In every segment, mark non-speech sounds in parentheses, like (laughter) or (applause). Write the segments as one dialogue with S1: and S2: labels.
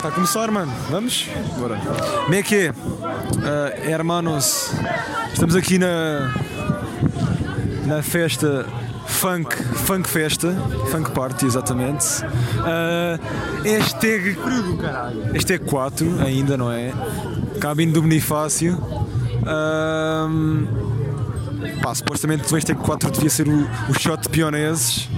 S1: Tá a começar, mano. Vamos? Bora. Como é que é? Ah, hermanos, estamos aqui na, na festa Funk, Funk Festa, Funk Party, exatamente. Ah, hashtag, hashtag 4 é ainda, não é? Cabine do Bonifácio. Ahm, pá, supostamente o hashtag 4 devia ser o, o shot de pioneses.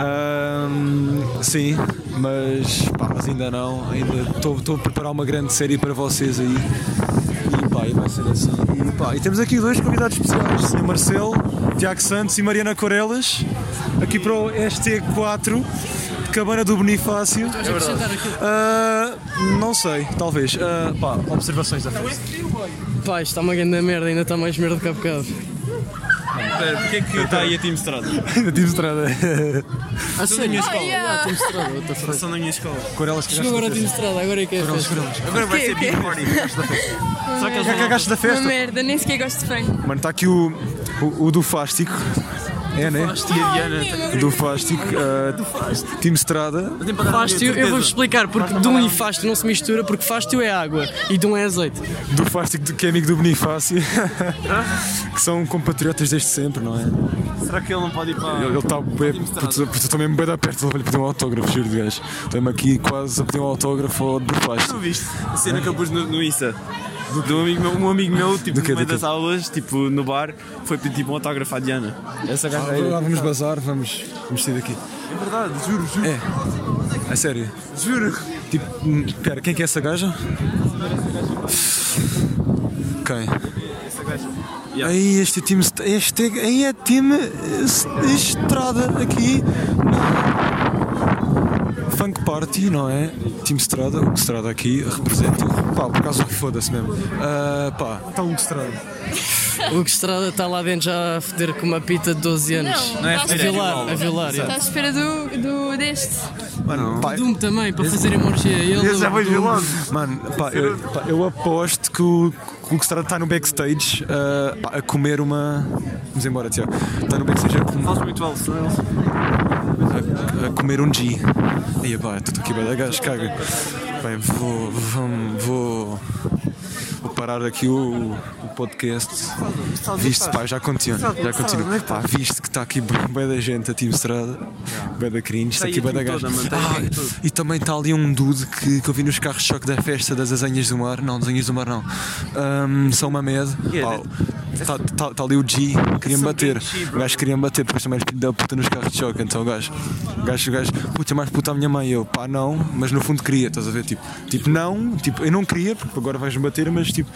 S1: Ahm, sim, mas, pá, mas ainda não. Ainda estou a preparar uma grande série para vocês aí. E, pá, e vai ser assim. E, pá, e temos aqui dois convidados especiais: Sr. Marcelo, Tiago Santos e Mariana Corelas, aqui para o ST4 de Cabana do Bonifácio. Ah, não sei, talvez. Ah, pá, observações da festa.
S2: Pá, isto está uma grande merda, ainda está mais merda que há bocado.
S3: Espera, Porquê que está aí a Team Strada?
S1: (laughs) Ainda tive estrada.
S2: A sério?
S3: minha escola.
S2: Ah, Team Estrada, what the fuck.
S3: São da minha escola.
S1: Corelas
S2: Chegou agora a
S1: cagaste
S2: Team Estrada, agora é que é a festa.
S1: da festa.
S3: Agora vai ser Big Party. Será que eles
S1: Já
S3: vão lá?
S1: cagaste da
S4: Uma
S1: festa?
S4: merda, nem sequer gosto de frango.
S1: Mano, está aqui o, o, o do Fástico. É, né?
S3: Tia Diana.
S1: Do Fástico. ah, Time Estrada.
S3: Tem para dar a minha
S2: Fástio, eu
S3: certeza.
S2: vou-vos explicar porque Dum e Fástio não se mistura porque Fástio é água e Dum é azeite.
S1: Do Fástico, de- que é amigo do Bonifácio. que são compatriotas desde sempre, não é?
S3: Será que ele não pode ir para.
S1: Ele tá está Estou mesmo bem da perto, vou-lhe pedir um autógrafo, juro de gajo. Estou-me aqui quase a pedir um autógrafo ao do Fástico.
S3: Tu viste a cena que eu pus no, no Insta? De um amigo meu, um amigo meu tipo,
S1: Do quê,
S3: no meio
S1: do quê?
S3: das aulas, tipo, no bar, foi pedir tipo, um autógrafo à Diana. Essa gaja
S1: Ah, vamos bazar, vamos, vamos sair daqui.
S3: É verdade, juro, juro.
S1: É sério.
S3: Juro.
S1: Tipo, hum, pera, quem é que é essa gaja? Quem?
S3: Yeah.
S1: Aí este time, est- este, aí é time eh, s- estrada aqui na Funk Party, não é? Time Estrada, o Estrada aqui representa. Pá, por causa que foda-se mesmo. Ah, pá.
S3: Então,
S1: Está
S3: um
S1: o Estrada.
S2: O Hugo Estrada está lá dentro já a foder com uma pita de 12 anos.
S4: Não,
S3: é
S4: estás
S3: a
S4: espera-
S2: violar, a violar,
S4: Estás à espera do, do deste.
S1: Mano, pá,
S2: Dum também, para fazerem uma orgia. Ele,
S3: Esse já foi
S2: Dum.
S3: vilão.
S1: Mano, pá, eu, pá, eu aposto que o, que o Estrada está no backstage ah, pá, a comer uma. Vamos embora, Tiago. Está no backstage a, com-
S3: Faz muito alto, não é?
S1: a, a comer um G. E pá, estou aqui, vai dar gás, caga. Bem, vou. vamo- Vou. Vou parar aqui o, o podcast. Viste, pá, já continua. Já continua. Pá, viste que está aqui bem da gente, a Team Estrada. Bem da cringe, está
S3: Tá aí
S1: aqui
S3: a
S1: bem da
S3: team
S1: gás.
S3: toda, mano, está aí a
S1: Ah,
S3: team toda.
S1: e também está ali um dude que, que eu vi nos carros de choque da festa das Azanhas do Mar. Não, das Anhas do Mar não. Ahm, São Mamed.
S3: Yeah, é.
S1: Está tá, tá ali o G, queriam bater. O gajo queria bater, depois também filho da puta nos carros de choque. Então o gajo, o gajo, o gajo, puta, é mais puta a minha mãe. Eu, pá, não, mas no fundo queria, estás a ver? Tipo, tipo não, tipo, eu não queria, porque agora vais-me bater, mas tipo,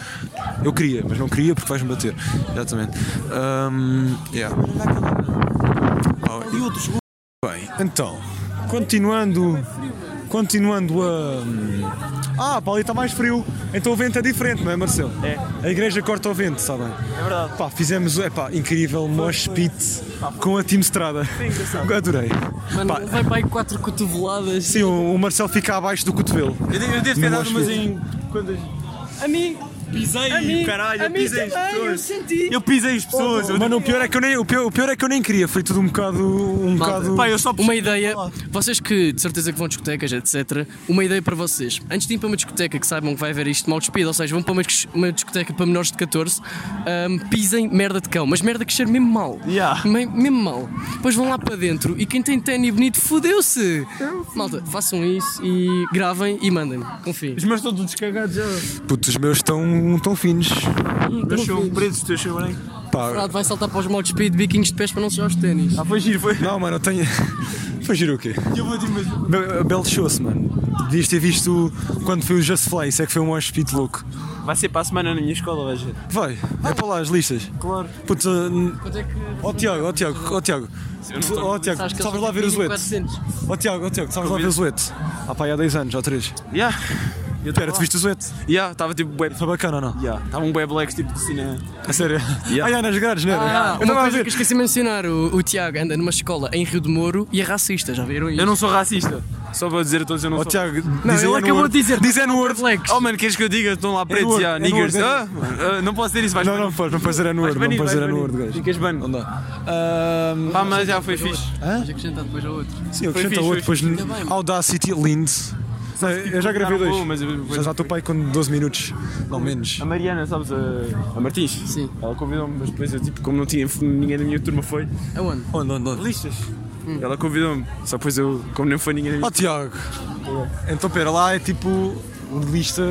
S1: eu queria, mas não queria porque vais-me bater. Exatamente. Ahm, yeah. Pá, e- Bem, então, continuando. Continuando a. Ah, para ali está mais frio, então o vento é diferente, não é, Marcelo? É. A igreja corta o vento, sabem? É
S3: verdade.
S1: Pá, fizemos, é pá, incrível mosh pit com a Team Estrada. Adorei.
S2: Mano,
S1: Pá,
S2: ele vai para aí 4 cotoveladas.
S1: sim, o, o Marcelo fica abaixo do cotovelo.
S3: Eu, de- eu devo ter
S1: Não
S3: dado
S1: acho
S3: umas
S1: que-
S3: em. Quantas?
S2: A mim,
S3: Pisei,
S2: a mim,
S3: caralho,
S2: a
S3: eu
S2: mim
S3: pisei as
S2: também, eu
S3: pessoas.
S2: senti.
S3: Eu pisei as pessoas. eu-
S1: Mano, o pior, é que eu nem, o, pior, o pior é que eu nem queria, foi tudo um bocado. Um
S2: Malta,
S1: bocado...
S3: Pá, eu só
S2: Uma ideia, vocês que de certeza que vão a discotecas, etc. Uma ideia para vocês. Antes de ir para uma discoteca, que saibam que vai haver isto mal despido, ou seja, vão para uma, dis- uma discoteca para menores de 14, ahm, pisem merda de cão, mas merda que cheira mesmo mal.
S3: Yeah.
S2: Me- mesmo mal. Depois vão lá para dentro e quem tem ténis bonito fodeu-se. Malta, façam isso e gravem e mandem. Confiem.
S3: Os meus estão todos cagados já.
S1: Putos, os meus estão tão finos.
S3: Meus são presos, os teus são um branco.
S1: Pá,
S2: Vai saltar para os mal despido, biquinhos de pés para não sujar os ténis.
S3: Ah, foi giro, foi.
S1: não, mano, eu tenho. (laughs) Foi giro o quê?
S3: Eu vou dizer, mas.
S1: Be- Belo show-se, mano. Devias ter visto o- quando foi o Just Fly, isso é que foi um hospit louco.
S3: Vai ser para a semana na minha escola, vai ser.
S1: Vai, é para lá as listas.
S3: Claro.
S1: Putz, ah, n-
S2: Quanto é que.
S1: ó Tiago, ó Tiago, ó Tiago. Tu- Ó Tiago, tu sabes lá ver o
S2: tipo
S1: Zuete. Ó Tiago, ó Tiago, tu sabes lá ver o Zuete. Ah pá, há 10 anos, há 3.
S3: Ya. Eu
S1: Espera, tu viste o Zuete?
S3: Ya, estava tipo bué.
S1: Foi bacana ou não?
S3: Ya, estava um bué blacks tipo de cinema.
S1: A sério? Ah, yeah, nas grades, não era?
S2: Ah,
S1: Eu
S2: uma
S1: estava a
S2: coisa
S1: ver.
S2: que eu esqueci de mencionar, o, o Tiago anda numa escola em Rio de Moro e é racista, já viram isso?
S3: Eu não sou racista. Só vou dizer a todos, eu não
S1: Ó
S3: sou.
S1: Oh, Tiago,
S2: Não,
S1: diz aí
S2: ele
S1: no
S2: acabou
S1: Word.
S2: de dizer.
S1: Diz é no Word.
S2: Flex.
S5: um-
S3: Oh mano, queres que eu diga? Estão lá pretos,
S1: Word,
S3: ya,
S1: é no
S3: niggers.
S1: Word, é
S3: Ah, ah, não posso dizer isso, vais
S1: Não, não, podes, não podes dizer é no Word, não podes dizer é no Word, gajo.
S3: Ficas ban.
S1: Não dá. Ahm,
S3: Pá, mas já foi fixe.
S2: Hã? Mas acrescentar depois a outro.
S1: Sim, eu
S3: Foi
S1: acrescento
S3: fixe,
S1: outro, depois
S2: Ainda bem, mano.
S1: Audacity, lindo. Não, eu já gravei dois.
S3: tá Mas eu-
S1: Já já estou pai com 12 minutos, não menos.
S3: A Mariana, sabes, a, a Martins?
S2: Sim.
S3: Ela convidou-me, mas depois eu, tipo, como não tinha ninguém da minha turma, foi.
S2: Aonde?
S1: Onde, onde, onde?
S3: Listas. Ela convidou-me, só depois eu, como não foi ninguém da minha
S1: Oh Tiago, então pera, lá é tipo lista.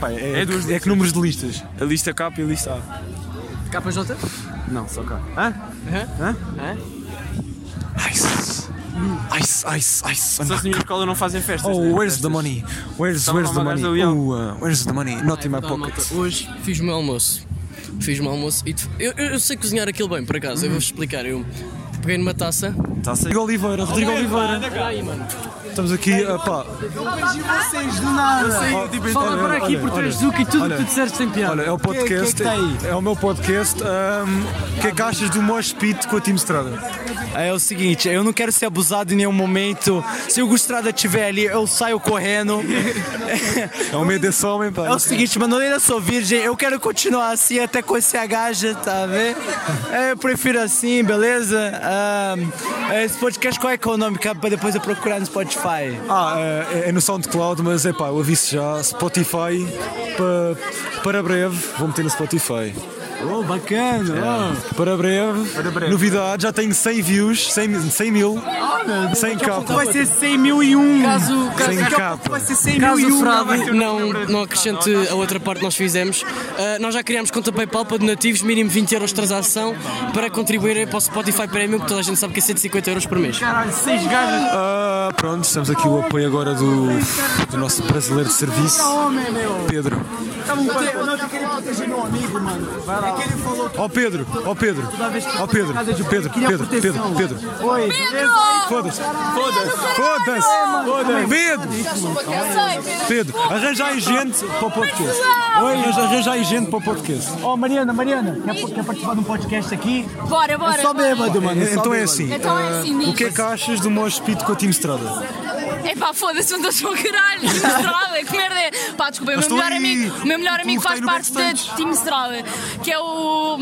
S1: pá, é,
S3: É duas
S1: é que números de listas?
S3: A lista K e a lista A.
S2: KJ?
S3: Não, só K. Hã?
S1: Ice. Ice, ice, ice.
S3: Só se na minha escola não fazem festas.
S1: Oh,
S3: né?
S1: where's the
S3: Festas.
S1: money? Where's,
S3: Tava
S1: where's the
S3: lá uma
S1: money?
S3: gaja de leão.
S1: Oh, uh, where's the money? Not in my
S2: Tá, malta,
S1: pocket.
S2: Hoje fiz o meu almoço. Fiz o meu almoço e tu- eu, eu- eu sei cozinhar aquilo bem, por acaso, eu vou-vos explicar. Eu peguei numa taça.
S3: Tá certo.
S1: Rodrigo Oliveira, Rodrigo Oliveira.
S2: Olha aí, mano.
S1: Estamos aqui, ah, pá.
S2: Sei,
S1: Oh, tipo,
S2: fala
S1: olha,
S2: para aqui
S1: olha,
S2: por trás
S1: olha.
S2: do que tudo o
S1: Olha.
S2: que tu disseres tem piada.
S1: Olha, é o podcast.
S2: tá
S5: que é que
S1: é o meu podcast. ahm, O que é que achas do Mosh Pit com a Team Estrada?
S5: É o seguinte, eu não quero ser abusado em nenhum momento. Se o Gustrada estiver ali, eu saio correndo.
S1: É um medo desse homem, pá.
S5: É o seguinte, mano, eu ainda sou virgem, eu quero continuar assim até com esse agaja, tá vendo? É, eu prefiro assim, beleza? Ahn, esse podcast qual é que é o nome? que é Pra depois eu procurar no Spotify.
S1: Ah, é, é no SoundCloud, mas é pá, eu aviso já. Spotify, pa- para breve, vou meter no Spotify. É,
S5: Oh, bacana! oh.
S1: Para breve, novidade, já tenho 100 views, 100, mil- 100 mil, 100 capa.
S5: Vai ser 100 mil e um!
S2: Caso, caso,
S1: Sem
S5: Daqui a
S1: capa.
S5: pouco vai ser 100
S2: caso
S5: mil e
S2: o
S5: um!
S2: fraude não, não acrescente a outra parte que nós fizemos, ah, nós já criámos conta PayPal para donativos, mínimo 20 euros de transação, para contribuírem para o Spotify Premium, que toda a gente sabe que é 150 euros por mês.
S1: Ah, pronto, estamos aqui o apoio agora do, do nosso brasileiro de serviço, Pedro.
S6: Tá
S1: Ó Pedro, ó Pedro, ó Pedro,
S5: um
S1: Pedro, Pedro, Pedro, Pedro, Pedro. Foda-se, foda-se, foda-se, foda-se, Pedro, Pedro, arranja aí gente para o podcast. Oi, arranja- arranja aí gente para o podcast.
S6: Ó, Mariana, Mariana, quer, quer participar de um podcast aqui?
S4: Bora, bora.
S6: Só
S4: bora.
S6: bêbado, mano. só
S1: Então é
S6: bêbado.
S1: assim,
S4: Então é assim, diz.
S1: o que é que achas do Mosh Pit com a Team Estrada?
S4: Epá, foda-se, não estou com caralho. Time Estrada, que merda é? Pá, desculpa, o meu
S1: estou
S4: melhor
S1: aí.
S4: amigo, o meu melhor
S1: Tu
S4: amigo
S1: que está aí
S4: faz
S1: no
S4: parte da
S1: backstage.
S4: Time Estrada, que é o.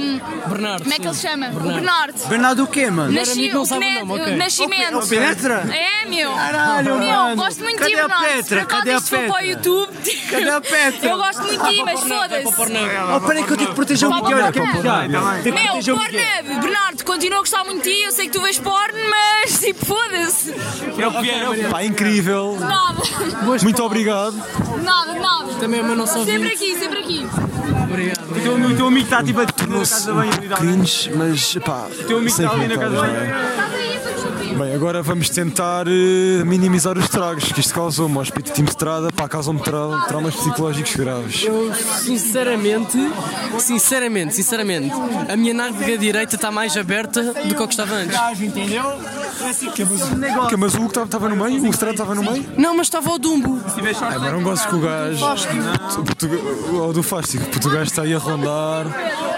S2: Bernardo.
S4: Como é que ele se
S2: sim.
S4: chama? O Bernardo.
S5: Bernardo o quê, mano?
S2: Melhor amigo não
S4: o
S2: sabe o
S4: Benet-
S2: nome, ok.
S4: Nascimento.
S5: Penetra?
S4: É, meu.
S5: Caralho,
S4: meu,
S5: mano.
S4: gosto muito de
S5: Cadê
S4: ti,
S5: a
S4: Bernardo.
S5: Petra?
S4: Por acaso
S5: Cadê a
S4: isto foi para o
S5: Petra?
S4: YouTube.
S5: Cadê a Petra?
S4: Eu gosto muito de ti, mas
S2: Vai para o
S4: foda-se.
S2: Pornhub.
S3: Ah,
S5: Ó, Oh, peraí que eu tenho que proteger o Miguel. olha, quer- Já, tem que
S4: Meu,
S5: proteger o Miguel.
S4: Pornhub, Bernardo, continuo a gostar muito de ti, eu sei que tu vês porno, mas tipo, foda-se.
S3: É o que é, é o que
S1: Pá, incrível,
S4: Nada,
S1: muito obrigado.
S4: nada, nada.
S2: Também é o meu nosso
S4: Sempre
S2: ouvinte.
S4: aqui, sempre aqui.
S2: Obrigado.
S3: é. O teu- O teu amigo está tipo a na casa de banho ali da O
S1: Cringe, mas pá,
S3: teu amigo
S1: sem
S3: está um ali na
S1: comentários,
S3: casa de
S1: não
S3: banho.
S1: é?
S4: Estás aí a fazer o quê?
S1: Bem, agora vamos tentar eh, minimizar os tragos que isto causou-me ao espírito de estrada, pá, causam-me tra- traumas psicológicos graves.
S2: Eu, sinceramente, sinceramente, sinceramente, a minha nádega direita está mais aberta do que o que estava antes.
S6: Traje, entendeu? Esse que é um
S1: Ok,
S6: negócio.
S1: mas o Hugo estava no meio? O estrada estava no meio?
S2: Não, mas estava ao Dumbo.
S1: Agora não gosto que o gajo. o portuga- Ou do Fástico, porque o gajo está aí a rondar.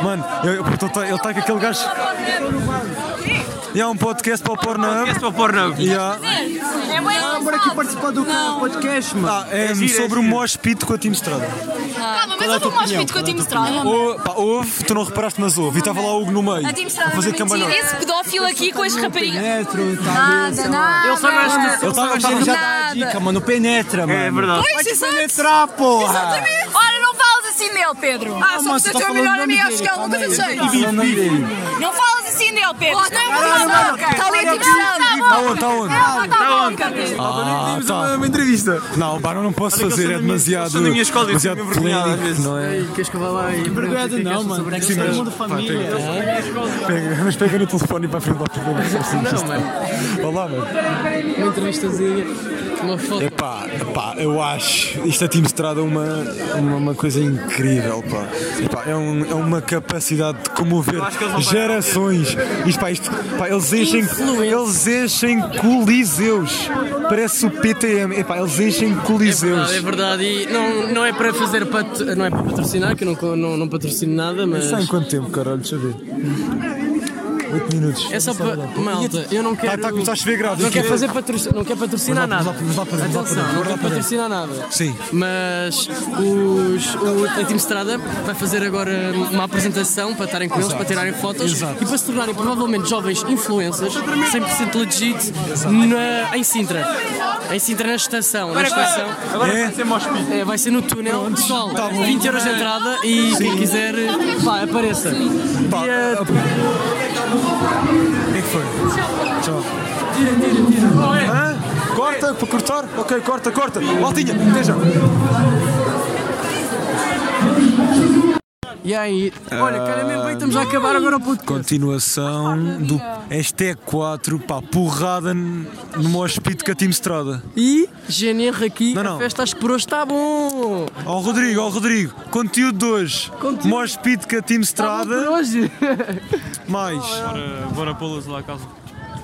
S1: Mano, eu- eu- portanto, ele está com aquele gajo. E há um podcast para o Pornhub.
S3: Esquece para o Pornhub.
S1: E há.
S4: É bem
S6: Então, Bora aqui participar do podcast, mano.
S1: Ah, é
S3: giro, é
S1: sobre o
S3: giro.
S1: Mosh Pit com a Team Estrada.
S4: Calma,
S5: é
S4: mas eu vou mais pito com a Tim Estrada.
S1: Ou- pá, Houve, tu não reparaste, mas houve. E estava lá o Hugo no meio.
S4: A Tim Estrada
S1: A fazer
S4: é mentira.
S1: cambalhota.
S4: Esse pedófilo aqui com as
S1: é.
S4: raparigas.
S5: Penetro, tá
S4: Nada, nada. Eu só
S1: Ele estava
S5: Ele já dá a
S4: Nada.
S5: dica, mano. Penetra, mano.
S3: É verdade.
S4: Pois, exato.
S5: Penetrar, porra!
S4: Olha, não falas assim dele, Pedro. Ah,
S5: Mano, você tá falando o nome dele,
S4: é
S5: calma aí.
S4: assim.
S5: Tá falando o nome dele.
S4: Não falas assim dele, Pedro. Não é uma Está ali Tá a Tim
S5: tá
S1: Está Tá onde? Está onde?
S4: Estrada.
S1: Ah, tá.
S3: uma entrevista.
S1: Não, pá, não posso
S3: Olha que
S1: fazer,
S3: eu sou
S1: é
S3: da minha- eu
S1: demasiado.
S3: sou da minha escola e
S1: demasiado
S3: sinto-me envergonhado às
S1: polémico,
S3: vezes.
S1: não é?
S2: Queres que eu vá lá e.
S5: Obrigado, não, mano.
S1: Sim,
S5: Todo
S1: mas-
S5: mundo família.
S1: Pega, (laughs) mas pega no telefone e para a frente é do problema.
S2: Não, mano.
S1: é. Olá, mano.
S2: Uma entrevistazinha. Uma foto.
S1: Epá, epá, eu acho isto a Team Estrada é uma, uma, uma coisa incrível, pá. Epá, é, um- é uma capacidade de comover
S3: acho que eles não
S1: gerações. Isto, pá, isto, pá, eles enchem, eles enchem coliseus. Parece o PTM. Epá, eles enchem coliseus.
S2: Ah, é verdade, e não, não é para fazer pat... não é para patrocinar, que eu não, co- não, não patrocino nada, mas
S1: Está em quanto tempo, caralho? Deixa eu ver. 8 minutos.
S2: É só para. Malta, eu não quero.
S1: tá a começar a chover grave.
S2: Não quero fazer patrocínio, não quero patrocinar
S1: Vamos lá,
S2: nada.
S1: vamos lá, vamos lá, vamos lá,
S2: Atenção,
S1: vamos lá,
S2: não quero
S1: vamos lá.
S2: patrocinar nada.
S1: Sim.
S2: Mas os, o, a Team Strada vai fazer agora uma apresentação para estarem com eles, para tirarem fotos e para se tornarem provavelmente jovens influencers 100% legit na, em Sintra. Em Sintra, na estação. Na estação.
S7: Agora vai ser mais pico.
S2: É, vai ser no túnel. Pessoal,
S1: Tá
S2: 20 euros de entrada e quem quiser, pá, apareça.
S1: Pá,
S2: E, eh,
S1: ah, pá. O que é que foi? Tchau. Hã? Corta para cortar? Ok, corta, corta. Maltinha, esteja.
S2: E aí? Olha,
S1: Ah.
S2: cara, mesmo bem, estamos a acabar agora o podcast.
S1: Continuação do hashtag 4, pá, porrada n- numa hospite com a Team Strada.
S2: E GNR aqui,
S1: Não, não.
S2: a festa acho que por hoje está bom.
S1: Ó Rodrigo, ó Rodrigo, conteúdo de hoje.
S2: Conteúdo.
S1: Uma hospite com a Team
S2: Está bom por
S1: Strada,
S2: hoje.
S1: mais
S7: Bora, bora pô-los lá a casa.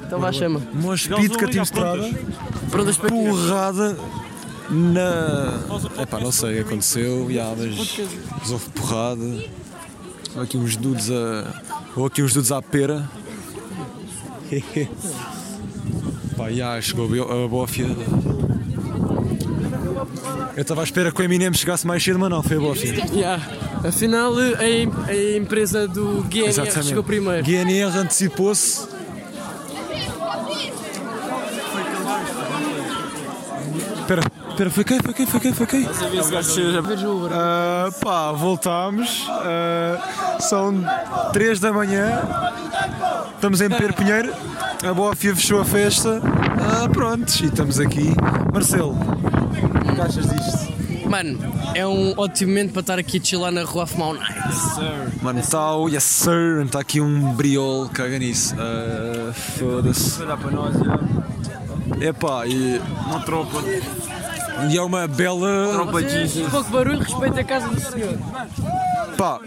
S2: Então vá, chama.
S1: uma hospite com a Team Strada.
S2: Prontas para ti.
S1: porrada na. Epá, não sei, aconteceu, já, mas. mas houve porrada. Houve aqui uns dudes a. Houve aqui uns dudes à pera. (laughs) Pá, já, chegou a bio- a bófia. Eu estava à espera que o Eminem chegasse mais cedo, mas não, foi a bófia.
S2: Yeah. Afinal, a, em- a empresa do GNR chegou primeiro.
S1: GNR antecipou-se. Espera, espera, foi quem? Foi quem? Foi quem? Foi quem? Ah, pá, voltámos. Ah, são 3 da manhã. Estamos em Pedro Pinheiro. A Bófia fechou a festa. Ah, prontos, e estamos aqui. Marcelo, o que achas disto?
S2: Mano, é um ótimo momento para estar aqui a chilar na rua a fumar um night.
S1: Mano, está o yes sir, está aqui um briol, caga nisso. Ah, Foda-se.
S7: Olha para nós, já.
S1: Epá, e,
S7: Uma tropa.
S1: e é uma bela.
S7: Tropa de
S2: Vocês, Pouco barulho, respeita a casa do senhor.
S1: Pá.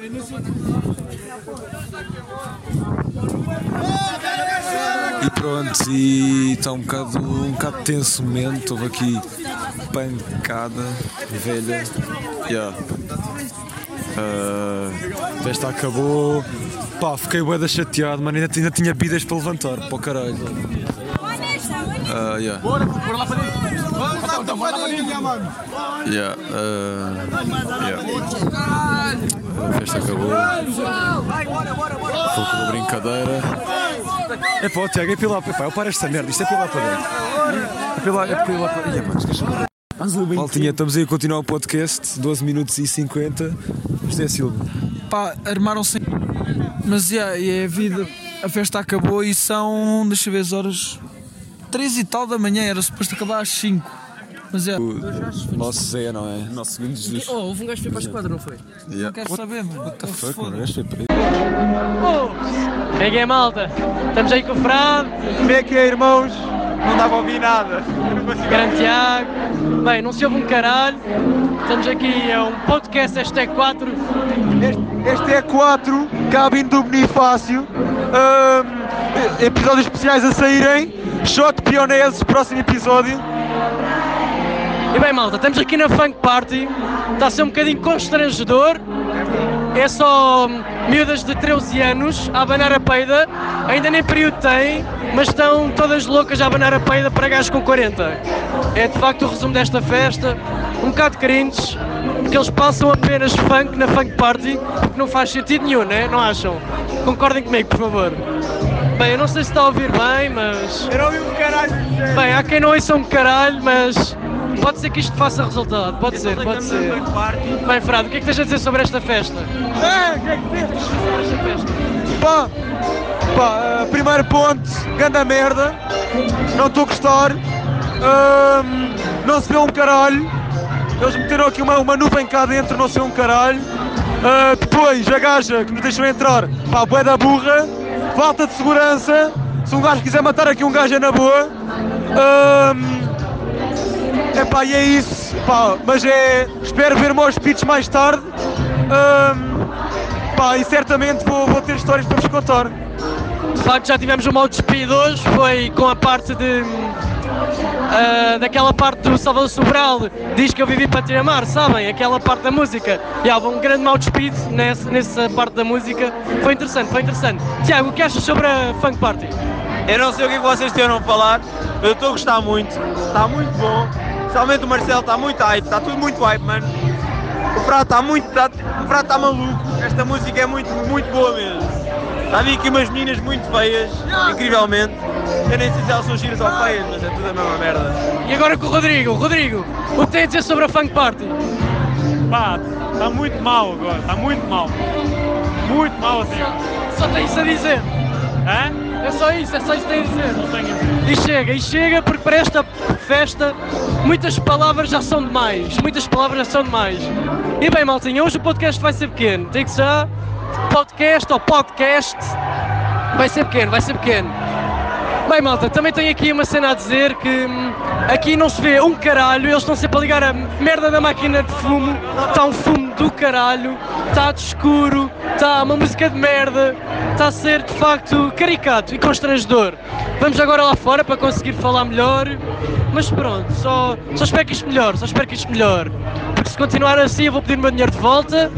S1: E pronto, e está um bocado, um bocado tenso o momento, houve aqui pancada velha. Yeah. Ah, a festa acabou. Pá, fiquei bué da chateado, mano, ainda, ainda tinha bidas para levantar, para o caralho. Ah, yeah. Yeah, uh, yeah. A festa acabou. Pouco da brincadeira. É pá, o Tiago, é pela. Epá, eu paro esta merda, isto é pela para dentro. É pela. É pela para. Ia, mano, esquece. Maltinha, estamos aí a continuar o podcast, 12 minutos e 50. Isto é Silva.
S5: pá, armaram-se. em- Mas yeah, é a vida. A festa acabou e são, deixa eu ver as horas, 3 e tal da manhã, era suposto acabar às 5. Mas é, yeah,
S1: Nosso Zé, não é? Nosso segundo Jesus.
S2: Oh, houve um gajo que foi para a esquadra, não foi?
S1: Yeah.
S5: quero saber, mano. What
S1: Fuck, mano, este é para-
S2: Peguei malta, estamos aí com o Fran. Como é que é, irmãos? Não dava a ouvir nada. Grande Tiago. Bem, não se ouve um caralho. Estamos aqui, é um podcast hashtag 4.
S8: Este é 4, cabine do Bonifácio. Ahm, episódios especiais a saírem. Shot pioneses, próximo episódio.
S2: E bem malta, estamos aqui na Funk Party. Está a ser um bocadinho constrangedor. É só hum, miúdas de 13 anos a abanar a peida. Ainda nem período têm, mas estão todas loucas a abanar a peida para gajos com 40. É de facto o resumo desta festa. Um bocado cringe, porque eles passam apenas funk na Funk Party, o que não faz sentido nenhum, né? não acham? Concordem comigo, por favor. Bem, eu não sei se está a ouvir bem, mas. Bem, há quem não ouça um caralho, mas pode ser que isto faça resultado. Pode ser, pode ser. Bem, Frado, o que é que tens a dizer sobre esta festa?
S8: Pá, pá, ah, primeiro ponto, ganda merda. Não estou a gostar. Ahm, não se vê um caralho. Eles meteram aqui uma, uma nuvem cá dentro, não se vê um caralho. Ah, depois, a gaja que nos deixou entrar, pá, bué da burra. Falta de segurança. Se um gajo quiser matar aqui um gajo é na boa. Ahm, Epá, e é isso, pá, mas é. Espero ver meus pits mais tarde. Ahm, pá, e certamente vou, vou ter histórias para vos contar.
S2: De facto, já tivemos um mau despido hoje, foi com a parte de ah, daquela parte do Salvador Sobral, diz que eu vivi para te amar, sabem? Aquela parte da música. E há um grande mau despido nessa, nessa parte da música. Foi interessante, foi interessante. Tiago, o que achas sobre a Funk Party?
S7: Eu não sei o que é que vocês tiveram a falar, eu estou a gostar muito, está muito bom. Especialmente o Marcelo está muito hype, está tudo muito hype, mano. O prato está muito. Tá, o prato está maluco, esta música é muito, muito boa mesmo. Há vi aqui umas meninas muito feias, incrivelmente. Eu nem sei se elas são giras ou feias, mas é tudo a mesma merda.
S2: E agora com o Rodrigo. Rodrigo, o que tem a dizer sobre a Funk Party?
S7: Pá, está muito mal agora, está muito mal. Muito mal assim.
S2: Só tem isso a dizer.
S7: Hã?
S2: É só isso, é só isso que tem a dizer. E chega, e chega, porque para esta festa muitas palavras já são demais. Muitas palavras já são demais. E bem, maltinha, hoje o podcast vai ser pequeno. Digo já, podcast ou podcast, vai ser pequeno, vai ser pequeno. Bem, malta, também tenho aqui uma cena a dizer que hum, aqui não se vê um caralho, eles estão sempre a ligar a merda da máquina de fumo, está um fumo do caralho, está de escuro, está uma música de merda, está a ser de facto caricato e constrangedor. Vamos agora lá fora para conseguir falar melhor, mas pronto, só, só espero que isto melhore, só espero que isto melhore, porque se continuar assim eu vou pedir o meu dinheiro de volta,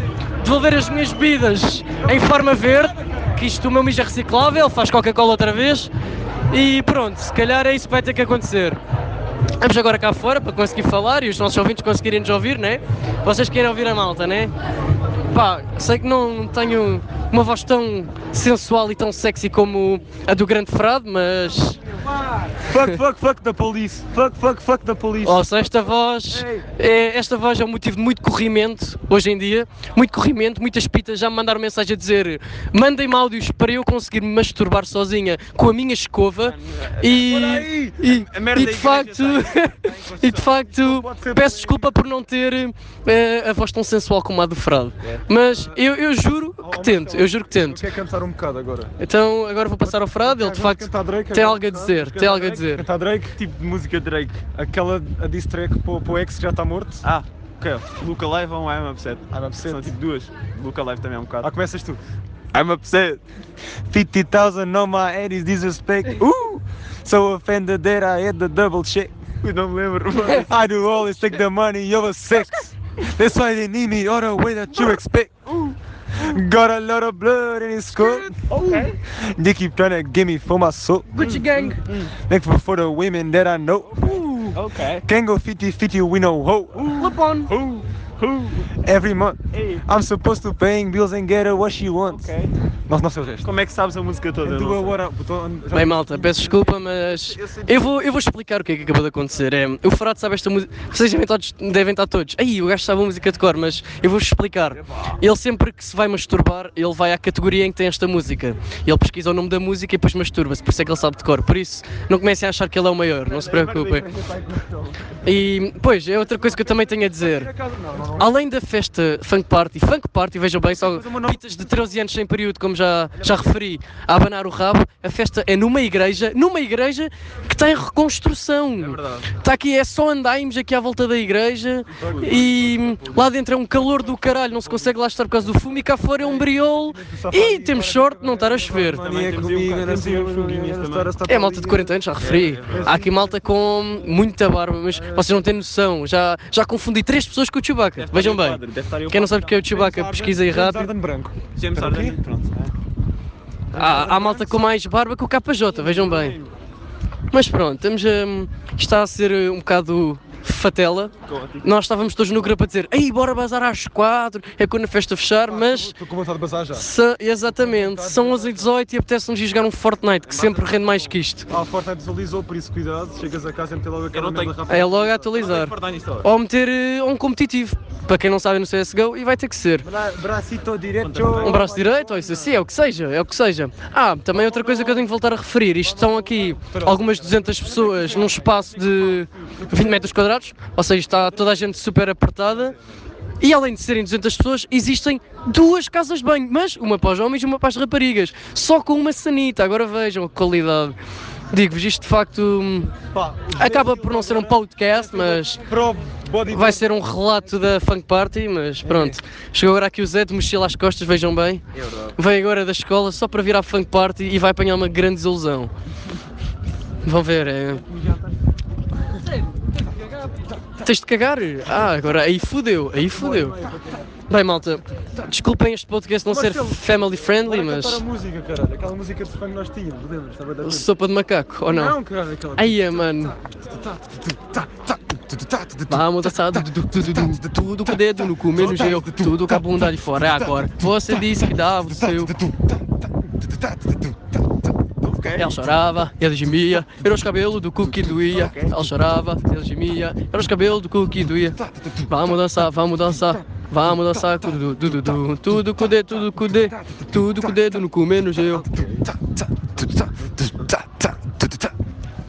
S2: devolver as minhas bebidas em forma verde, que isto o meu mijo é reciclável, faz Coca-Cola outra vez, e pronto, se calhar é isso que vai ter que acontecer. Vamos agora cá fora para conseguir falar e os nossos ouvintes conseguirem nos ouvir, né? Vocês querem ouvir a malta, né? Pá, sei que não tenho uma voz tão sensual e tão sexy como a do grande frade, mas.
S7: Fuck, fuck, fuck da police. Fuck, fuck, fuck da police.
S2: Ouça, esta voz, é, esta voz é um motivo de muito corrimento hoje em dia. Muito corrimento, muitas pitas já me mandaram mensagem a dizer mandem-me áudios para eu conseguir me masturbar sozinha com a minha escova.
S7: é,
S2: E, e,
S7: A merda
S2: e
S7: da
S2: de
S7: igreja
S2: facto, (laughs) e de facto
S7: pode ser
S2: peço desculpa por não ter eh, a voz tão sensual como a do Frado.
S7: É.
S2: Mas eu, eu juro
S7: oh,
S2: que tento, eu juro que tento.
S7: Quer cantar um bocado agora?
S2: Então agora vou passar ao Frado, ele de facto
S7: cantar Drake
S2: tem
S7: agora,
S2: algo a
S7: tá?
S2: dizer, tem algo a dizer.
S7: Cantar Drake? Que tipo de música Drake? Aquela a diss track para o ex que já está morto? Ah, ok. Luca Live ou I'm é Upset? I'm Upset. São tipo duas. Luca Live também é um bocado. Ah, começas tu. I'm upset. 50,000 on my head is (laughs) disrespect. Ooh! So offended that I had the double check. Não me lembro. (laughs) I do always take the money over sex. That's why they need me all the way that you expect. Ooh. Got a lot of blood in his coat. Okay. They keep trying to get me for my soul.
S2: Gucci Gang!
S7: Thankful for the women that I know.
S2: Ok.
S7: Can't go 50 50, we know ho.
S2: Lapone!
S7: Every month, I'm supposed to paying bills and get her what she wants. Nossa, não sei o resto. Como é que sabes a música toda? Do what I- botão-
S2: Bem, malta, peço desculpa, mas eu vou, eu vou explicar o que é que acabou de acontecer. É, o Frado sabe esta música. Vocês devem estar, devem estar todos. Aí, o gajo sabe a música de cor, mas eu vou-vos explicar. Ele sempre que se vai masturbar, ele vai à categoria em que tem esta música. Ele pesquisa o nome da música e depois masturba-se, por isso é que ele sabe de cor. Por isso, não comecem a achar que ele é o maior, não se preocupem. E, pois, é outra coisa que eu também tenho a dizer. Além da festa Funk Party, Funk Party, vejam bem, são pitas de 13 anos sem período, como já, já referi, a abanar o rabo. A festa é numa igreja, numa igreja que está em reconstrução. É verdade. Está aqui, é só andaimos aqui à volta da igreja e lá dentro é um calor do caralho, não se consegue lá estar por causa do fumo e cá fora é um briol e temos sorte de não estar a chover.
S7: Também é comigo, eu não sei o que
S2: É malta de 40 anos, já referi. Há aqui malta com muita barba, mas vocês não têm noção. Já, já confundi três pessoas com o Chewbacca. Vejam bem. Quem não sabe o que é o Chewbacca, pesquisa aí rápido.
S7: branco.
S3: James Harden, pronto.
S2: Há, há malta com mais barba que o KJ, vejam bem. Mas pronto, estamos a, está a ser eh, um bocado fatela. Nós estávamos todos no grupo a dizer Ei, bora bazar às quatro, é quando a festa fechar, mas
S1: Estou com vontade de bazar já.
S2: se- exatamente, são 11 e 18 e apetece-nos ir jogar um Fortnite, que sempre rende mais que isto.
S1: Ah, o Fortnite visualizou, por isso cuidado. Chegas a casa e meter logo aquela
S3: não tenho-
S1: merda rápido.
S2: É logo a atualizar. Ou meter eh, um competitivo, para quem não sabe no CSGO, e vai ter que ser.
S7: Bracito direito.
S2: Um braço direito, ou isso assim, é o que seja, é o que seja. Ah, também outra coisa que eu tenho que voltar a referir, isto são aqui algumas 200 pessoas num espaço de 20 metros quadrados, ou seja, está toda a gente super apertada. E além de serem 200 pessoas, existem duas casas de banho, mas uma para os homens e uma para as raparigas, só com uma sanita, agora vejam a qualidade. Digo-vos, isto de facto hum, acaba por não ser um podcast, mas
S7: Pro body.
S2: Vai ser um relato da Funk Party, mas pronto. Chegou agora aqui o Zé de mochila às costas, vejam bem.
S7: É
S2: Vem agora da escola só para vir à Funk Party e vai apanhar uma grande desilusão. Vão ver, é... Tens de cagar? Ah, agora aí fudeu, aí fudeu. Bem, malta, desculpem este podcast não ser family friendly, mas.
S7: Cantar a música, caralho. Aquela música de funk que nós tínhamos, lembras? Estava da
S2: Sopa de macaco, ou não?
S7: Não, caralho, aquela. tá-
S2: Aí, mano. Vamos dançar du- du- du- du- du- tudo com o dedo no cu, menos eu, tudo com a bunda de fora. É agora. Você disse que dava o seu. Ela chorava, ele gemia, era os cabelos do cu que doía. Ela chorava, ele gemia, era os cabelos do cu que doía. Vamos dançar, vamos dançar. Vamos dançar com du- du- du- du. tudo com o dedo, tudo com o dedo, tudo com o dedo no cu, menos eu.